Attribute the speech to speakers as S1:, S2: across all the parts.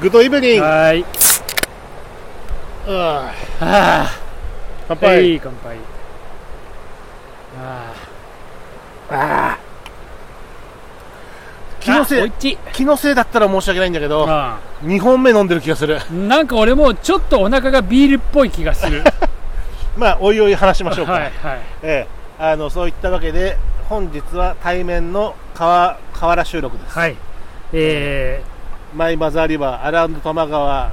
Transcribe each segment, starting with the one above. S1: グッドイブニング
S2: はーい。
S1: ああ
S2: は
S1: 乾
S2: あ、は
S1: 杯
S2: い、乾杯。あ
S1: ああ
S2: あ。
S1: 気のせ
S2: あお
S1: い
S2: いち。
S1: 気のせいだったら申し訳ないんだけど
S2: あ
S1: 2本目飲んでる気がする
S2: あ。なんか俺もうちょっとお腹がビールっぽい気 がする。
S1: まあおいおい話しましょうか、
S2: はいはい。
S1: ええあのそういったわけで本日は対面の川河原収録です、
S2: はい。え
S1: マイマザーリバーアラウンド多摩川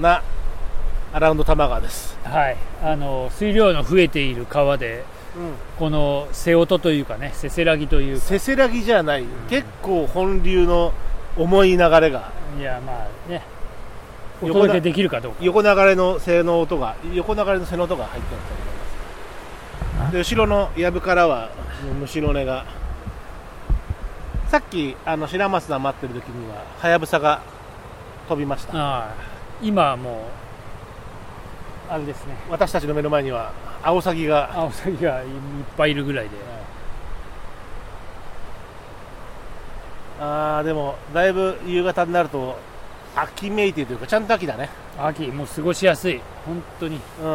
S1: なアラウンド多摩川です、
S2: ー、はい。あの、水量の増えている川で、この瀬音というかね、せせらぎというか。
S1: せせらぎじゃない、結構本流の重い流れが
S2: いや、まあね。お
S1: 横だ
S2: 届けできるかどうか。
S1: 横流れの背の音が横流れの背の音が入ってると思いますで後ろの藪からは虫の音がさっきあの白松さん待ってる時にははやぶさが飛びました
S2: ああ。今はもう、あれですね。
S1: 私たちの目の前にはアオサギが
S2: アオサギがいっぱいいるぐらいで。
S1: あーでもだいぶ夕方になると秋めいてるというかちゃんと秋だね
S2: 秋、もう過ごしやすい。本当に。
S1: う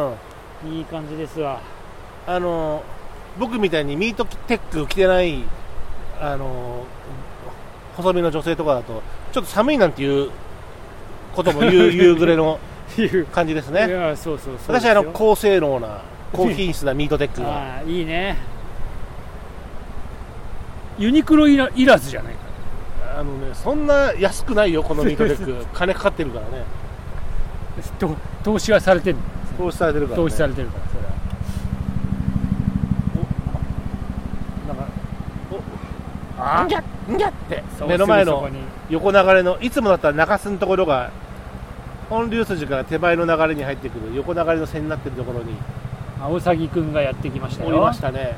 S1: ん
S2: いい感じですわ。
S1: あの僕みたいにミートテック着てないあの細身の女性とかだとちょっと寒いなんていうことも 言う言うぐらいの
S2: いう。
S1: 感じです
S2: い
S1: ね
S2: や、そうそうそうです
S1: 私
S2: よ。
S1: はあの高性能な高品質なミートテックが
S2: ああ、いいね。ユニクロいらいらずじゃないか。
S1: あの、ね、そんな安くないよこのミートテック金かかってるからね
S2: と投資はされてる、
S1: 投資されてるから、ね、
S2: 投資されてるから、それは。
S1: なんか
S2: あ
S1: んぎゃんぎゃって
S2: そう
S1: 目の前
S2: すぐそこ
S1: の
S2: に
S1: 横流れのいつもだったら中州のところが本流筋から手前の流れに入ってくる横流れの線になってるところに
S2: アオサギくんがやってきましたよ。
S1: おりましたね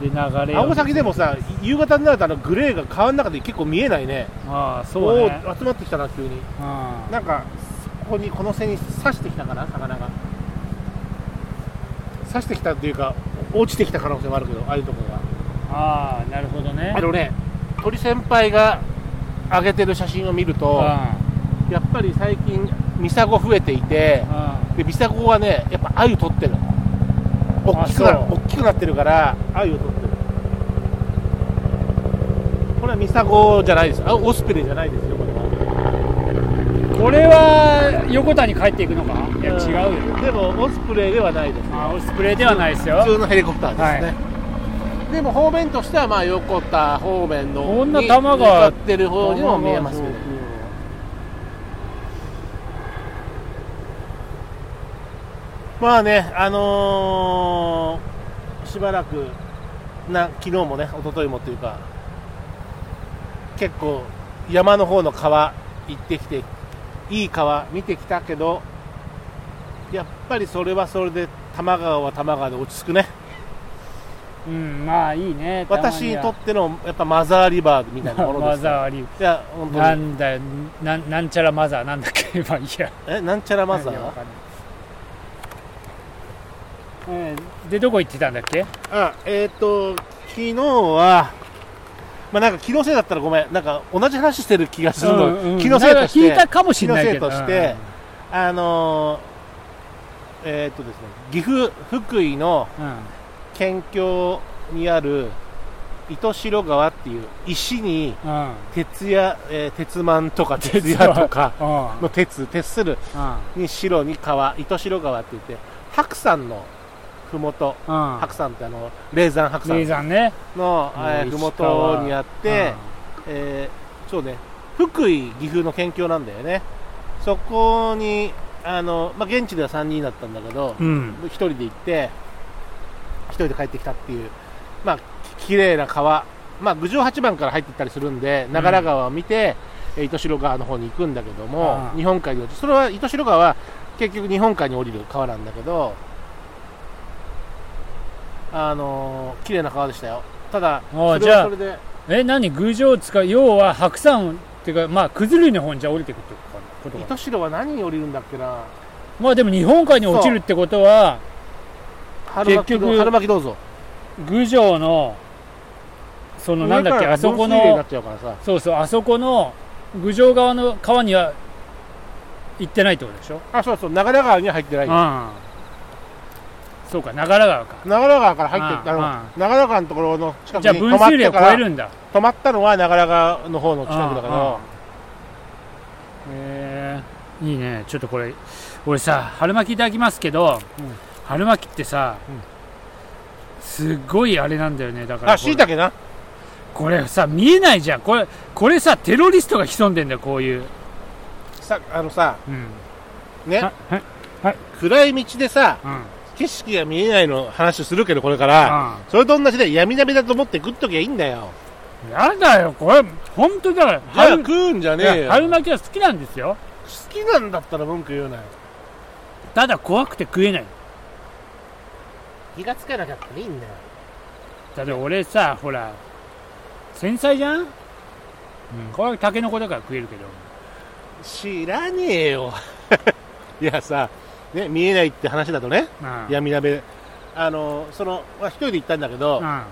S2: で、流れを
S1: 青崎でもさ夕方になるとあのグレーが川の中で結構見えないね
S2: ああ、そうね。
S1: おお集まってきたな急に
S2: うん
S1: なんかここにこの線に刺してきたかな魚が刺してきたっていうか落ちてきた可能性もあるけどああいうとこが
S2: ああ、なるほどね。
S1: あのね鳥先輩が上げてる写真を見る
S2: うん
S1: とやっぱり最近ミサゴ増えていて
S2: うん
S1: でミサゴはねやっぱ鮎取ってるの大きく
S2: あ
S1: な
S2: そう
S1: 大きくなってるから鮎を取ってるこれはミサゴじゃないですあオスプレイじゃないですよこれは
S2: これは横田に帰っていくのかいや、
S1: うん
S2: 違うよ。
S1: でもオスプレイではないです
S2: ああ、オスプレイではないですよ。
S1: 普通のヘリコプターですね、でも方面としてはまあ横田方面の
S2: こんな
S1: に
S2: 玉
S1: 向か
S2: が
S1: ってる方にも見えますけどまあね、あのーしばらくな、昨日もね、一昨日もというか、結構、山の方の川行ってきて、いい川見てきたけど、やっぱりそれはそれで、多摩川は多摩川で落ち着くね、
S2: うん、まあいいね。
S1: 私にと
S2: っ
S1: ってのやっぱマザーリバーみたいなものです、
S2: マザーあり
S1: いや、本当
S2: な
S1: に、
S2: んだよなん、なんちゃらマザーなんだっけ、 まあいいや。
S1: え、なんちゃらマザ
S2: いやわ
S1: ー
S2: かんないえーで、どこ行ってたんだっけ
S1: あ、えーっ、と、昨日は、まあ、なんか気のせいだったらごめん、なんか同じ話してる気がするの、
S2: うんうん
S1: 気のせいとして、
S2: なんか聞いたかもしれないけど。
S1: 気のせいとしてあのーえーっ、とですね、岐阜、福井の
S2: うん、うん
S1: 県境にある糸代川っていう石に
S2: うん、
S1: 鉄や、えー鉄満とか鉄やとか
S2: うん、
S1: の鉄、鉄するに白に川、糸代川って言って、白山のふもと、
S2: うん、
S1: 白山ってあの、霊山白
S2: レイ
S1: 山
S2: ザンね。
S1: の、えー、
S2: う
S1: ふ
S2: ん
S1: もとにあって、えーそうね、福井、岐阜の県境なんだよね。そこに、あの、まあ、現地では3人だったんだけど、
S2: うん、うん、
S1: 一人で行って、一人で帰ってきたっていう、まあ、き綺麗な川、まあ、郡上八番から入っていったりするんで、長良川を見て、えー糸代川の方に行くんだけども
S2: あ、あ
S1: 日本海に落ち、それは糸代川は結局日本海に降りる川なんだけど、あのー綺麗な川でしたよ。ただ、
S2: ああ
S1: そ
S2: じ
S1: れ
S2: ゃあ
S1: はそれで、
S2: え、何、郡上を使う、要は白山っていうか、まあ、崩れの方にじゃあ降りてくってことかな。
S1: 糸代は何に降りるんだっけな、
S2: まあ、でも日本海に落ちるってことは、
S1: 春巻き
S2: 結
S1: ど
S2: 局
S1: 春巻きどうぞ。
S2: 郡上の、そのなんだっけ、
S1: 上から
S2: あそこ
S1: 分水嶺に
S2: の
S1: なっ、ちゃうからさ。
S2: そうそう、あそこの、郡上側の川には行ってないってことでしょ、
S1: あそうそう長良川には入ってない長
S2: ああそうか長良川か
S1: 良川から入ってった
S2: あ
S1: の
S2: ああ
S1: 長良川のところの近
S2: あ
S1: く
S2: じゃあ
S1: に
S2: 分
S1: 泊まっ
S2: 水
S1: て
S2: 嶺を
S1: か
S2: 超
S1: ら
S2: えるんだ
S1: 泊まったのは長良川の方の近くだ
S2: あああ
S1: か
S2: あへえいいねちょっとこれ俺さ春巻きいただきますけど、
S1: うん
S2: 春巻きってさ、
S1: うん
S2: すっごいあれなんだよねだか
S1: ら
S2: ら
S1: あ
S2: これ
S1: しいたけな
S2: これさ見えないじゃんこれこれさテロリストが潜んでんだよこういう、
S1: さあのさ
S2: うん、
S1: ね
S2: ははい
S1: 暗い道でさ
S2: うん
S1: 景色が見えないの話するけどこれから
S2: あ
S1: それと同じで闇鍋だと思って食っときゃいいんだよ
S2: やだよこれ本当にだから
S1: じゃあ
S2: 春
S1: 食うんじゃ
S2: いや
S1: ねえよ
S2: 春巻きは好きなんですよ
S1: 好きなんだったら文句言うなよ
S2: ただ怖くて食えない
S1: 気がつかなかったらいいんだよ
S2: だって俺さほら繊細じゃん、うん、これはタケノコだから食えるけど
S1: 知らねえよ いやさ、ね、見えないって話だとね
S2: うん
S1: 闇鍋あのその、まあ、一人で行ったんだけど、
S2: うん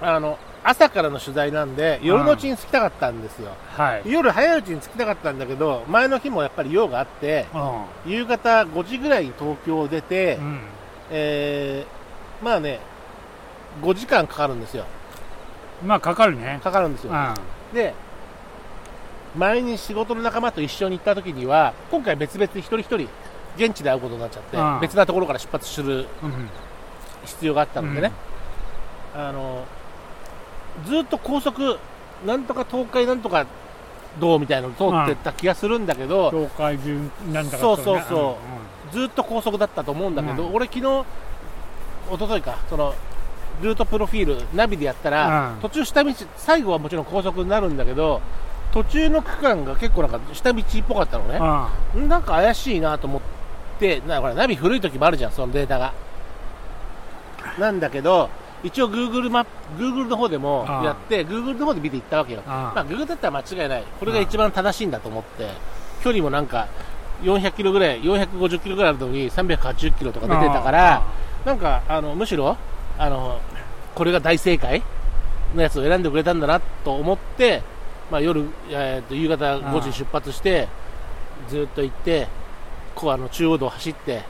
S1: あの朝からの取材なんで夜のうちに着きたかったんですよ、
S2: はい、うん、
S1: 夜早いうちに着きたかったんだけど前の日もやっぱり用があって夕方5時ぐらいに東京を出て、
S2: うん、
S1: えーまあね5時間かかるんですよ
S2: まあかかるね
S1: かかるんです
S2: う
S1: よ
S2: ん、あ
S1: で前に仕事の仲間と一緒に行った時には今回別々一人一人現地で会うことになっちゃって、
S2: うん
S1: 別なところから出発する
S2: うん
S1: 必要があったのでね、あのずっと高速なんとか東海なんとか道みたいなの通ってった気がするんだけど、
S2: 東海順なんだか
S1: そうそうそうずっと高速だったと思うんだけど、
S2: う
S1: 俺昨日一昨日かそのルートプロフィールナビでやったら、
S2: うん
S1: 途中下道最後はもちろん高速になるんだけど途中の区間が結構なんか下道っぽかったの
S2: う
S1: ね
S2: ん、うん
S1: んなんか怪しいなと思ってなほらナビ古い時もあるじゃんそのデータがなんだけど一応 Google マップ Google の方でも
S2: うん
S1: やって Google の方で見ていったわけよ
S2: あ
S1: まあ Google だったら間違いないこれが一番正しいんだと思って距離もなんか400キロぐらい450キロぐらいあるのに380キロとか出てたからなんかあのむしろあのこれが大正解のやつを選んでくれたんだなと思って、まあ、夜、えーと夕方5時出発してずっと行ってこうあの中央道を走って、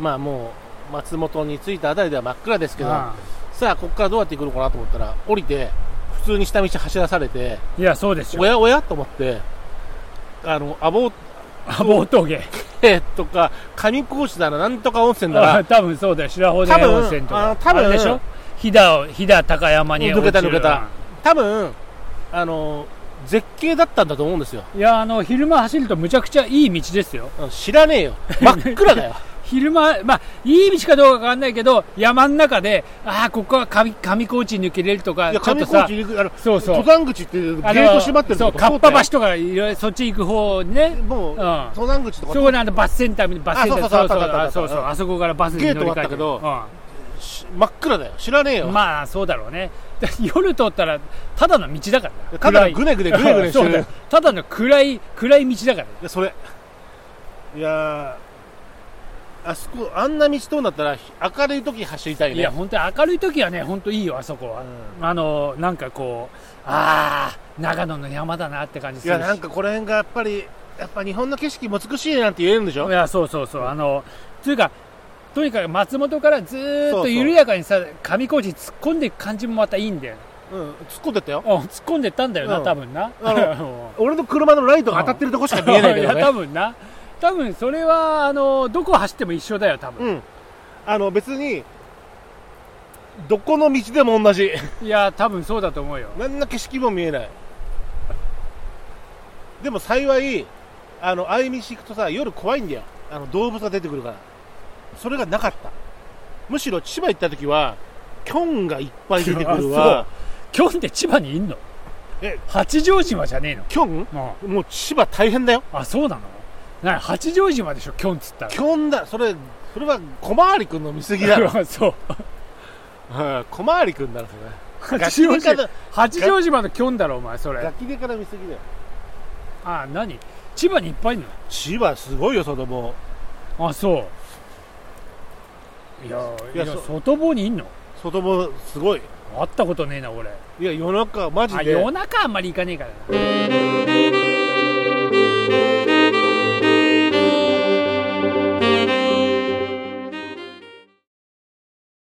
S1: まあ、もう松本に着いたあたりでは真っ暗ですけど
S2: あ
S1: さあここからどうやって行くのかなと思ったら降りて普通に下道走らされて
S2: いやそうです
S1: お
S2: よ
S1: やおやと思ってあのアボ
S2: 阿房峠
S1: えとか上高地だななんとか温泉だ
S2: あ
S1: な
S2: 多分そうだよ白穂
S1: 多
S2: 根
S1: 分
S2: 温泉と
S1: あ
S2: か
S1: の多分
S2: あれでしょ飛騨を飛騨高山に
S1: 抜けた
S2: 落
S1: 抜
S2: ちる
S1: けた多分あの絶景だったんだと思うんですよ
S2: うんいやあの昼間走るとむちゃくちゃいい道ですよ
S1: うん知らねえ よ真っ暗だよ
S2: 昼間まあいい道かどうかわかんないけど山の中でああここは上上高地抜けれると
S1: い
S2: か
S1: や
S2: ちょっ
S1: 上
S2: と
S1: 高
S2: さ
S1: 地に行くあの
S2: そうそう
S1: 登山口っていうゲート閉まってる
S2: そう
S1: と
S2: か
S1: こ通
S2: っ
S1: った
S2: ぱ
S1: よ
S2: 橋とかいろいろそっち行く方ね
S1: もう
S2: う
S1: ん
S2: そ
S1: 登山口とか通っ
S2: こなんだバスセンターみたいなバスセンタ
S1: あそうそ
S2: ー
S1: うそうあったあ
S2: あ
S1: ったあ
S2: そ
S1: った
S2: うそうあそこからバスに乗り換
S1: ゲー
S2: え
S1: トはあった
S2: て
S1: けど
S2: うん
S1: し真っ暗だよ知らねえよ、
S2: まあそうだろうね夜通ったらただの道だからな
S1: ただの
S2: 暗
S1: ぐ
S2: い
S1: ねぐねぐねぐねして
S2: そうだ
S1: る
S2: よただの暗い暗い道だから
S1: でそれいやーあそこあんな道通んだったら明るい時走りたいね
S2: いや本当に明るい時はね本当いいよあそこは、あのなんかこうああ長野の山だなって感じす
S1: い
S2: るし
S1: やなんかこの辺がやっぱりやっぱ日本の景色も美しいなんて言えるんでしょ
S2: いやそうそうそう、あのというかとにかく松本からずー
S1: そう
S2: っと
S1: そう
S2: 緩やかにさ上高地に突っ込んでいく感じもまたいいんだよ
S1: うん、突っ込んでったよ
S2: あ突っ込んでったんだよな、
S1: うん
S2: 多分な
S1: あ
S2: もう
S1: 俺の車のライトが当たってるとこしか見えないけど
S2: や
S1: ね
S2: 多分な多分それはあのどこ走っても一緒だよ多分、
S1: うんあの別にどこの道でも同じ
S2: いや多分そうだと思うよ
S1: 何の景色も見えないでも幸いあのあいみし行くとさ夜怖いんだよあの動物が出てくるからそれがなかったむしろ千葉行った時はキョンがいっぱい出てくるわ
S2: あ今日って千葉にいんの
S1: え
S2: 八丈島じゃねえの
S1: キョン
S2: うん
S1: もう千葉大変だよ
S2: あそうなのな八丈島でしょキョンっつったら
S1: 基本だそれそれは小回り君の見過ぎだ ろ
S2: そう
S1: はい小回り君だろ それガ
S2: 八
S1: キ
S2: 丈
S1: デカ
S2: 島
S1: だ
S2: 八丈島のキョンだろお前それ
S1: ガキデカの見過ぎだよ
S2: あ何千葉にいっぱいいん
S1: 千葉すごいよそのも
S2: のあそういやい
S1: い
S2: や
S1: やそう
S2: 外房にいんの
S1: う外もすごい
S2: 会ったことねえな俺
S1: いや夜中マジ
S2: あ
S1: で
S2: 夜中あんまり行かねえからな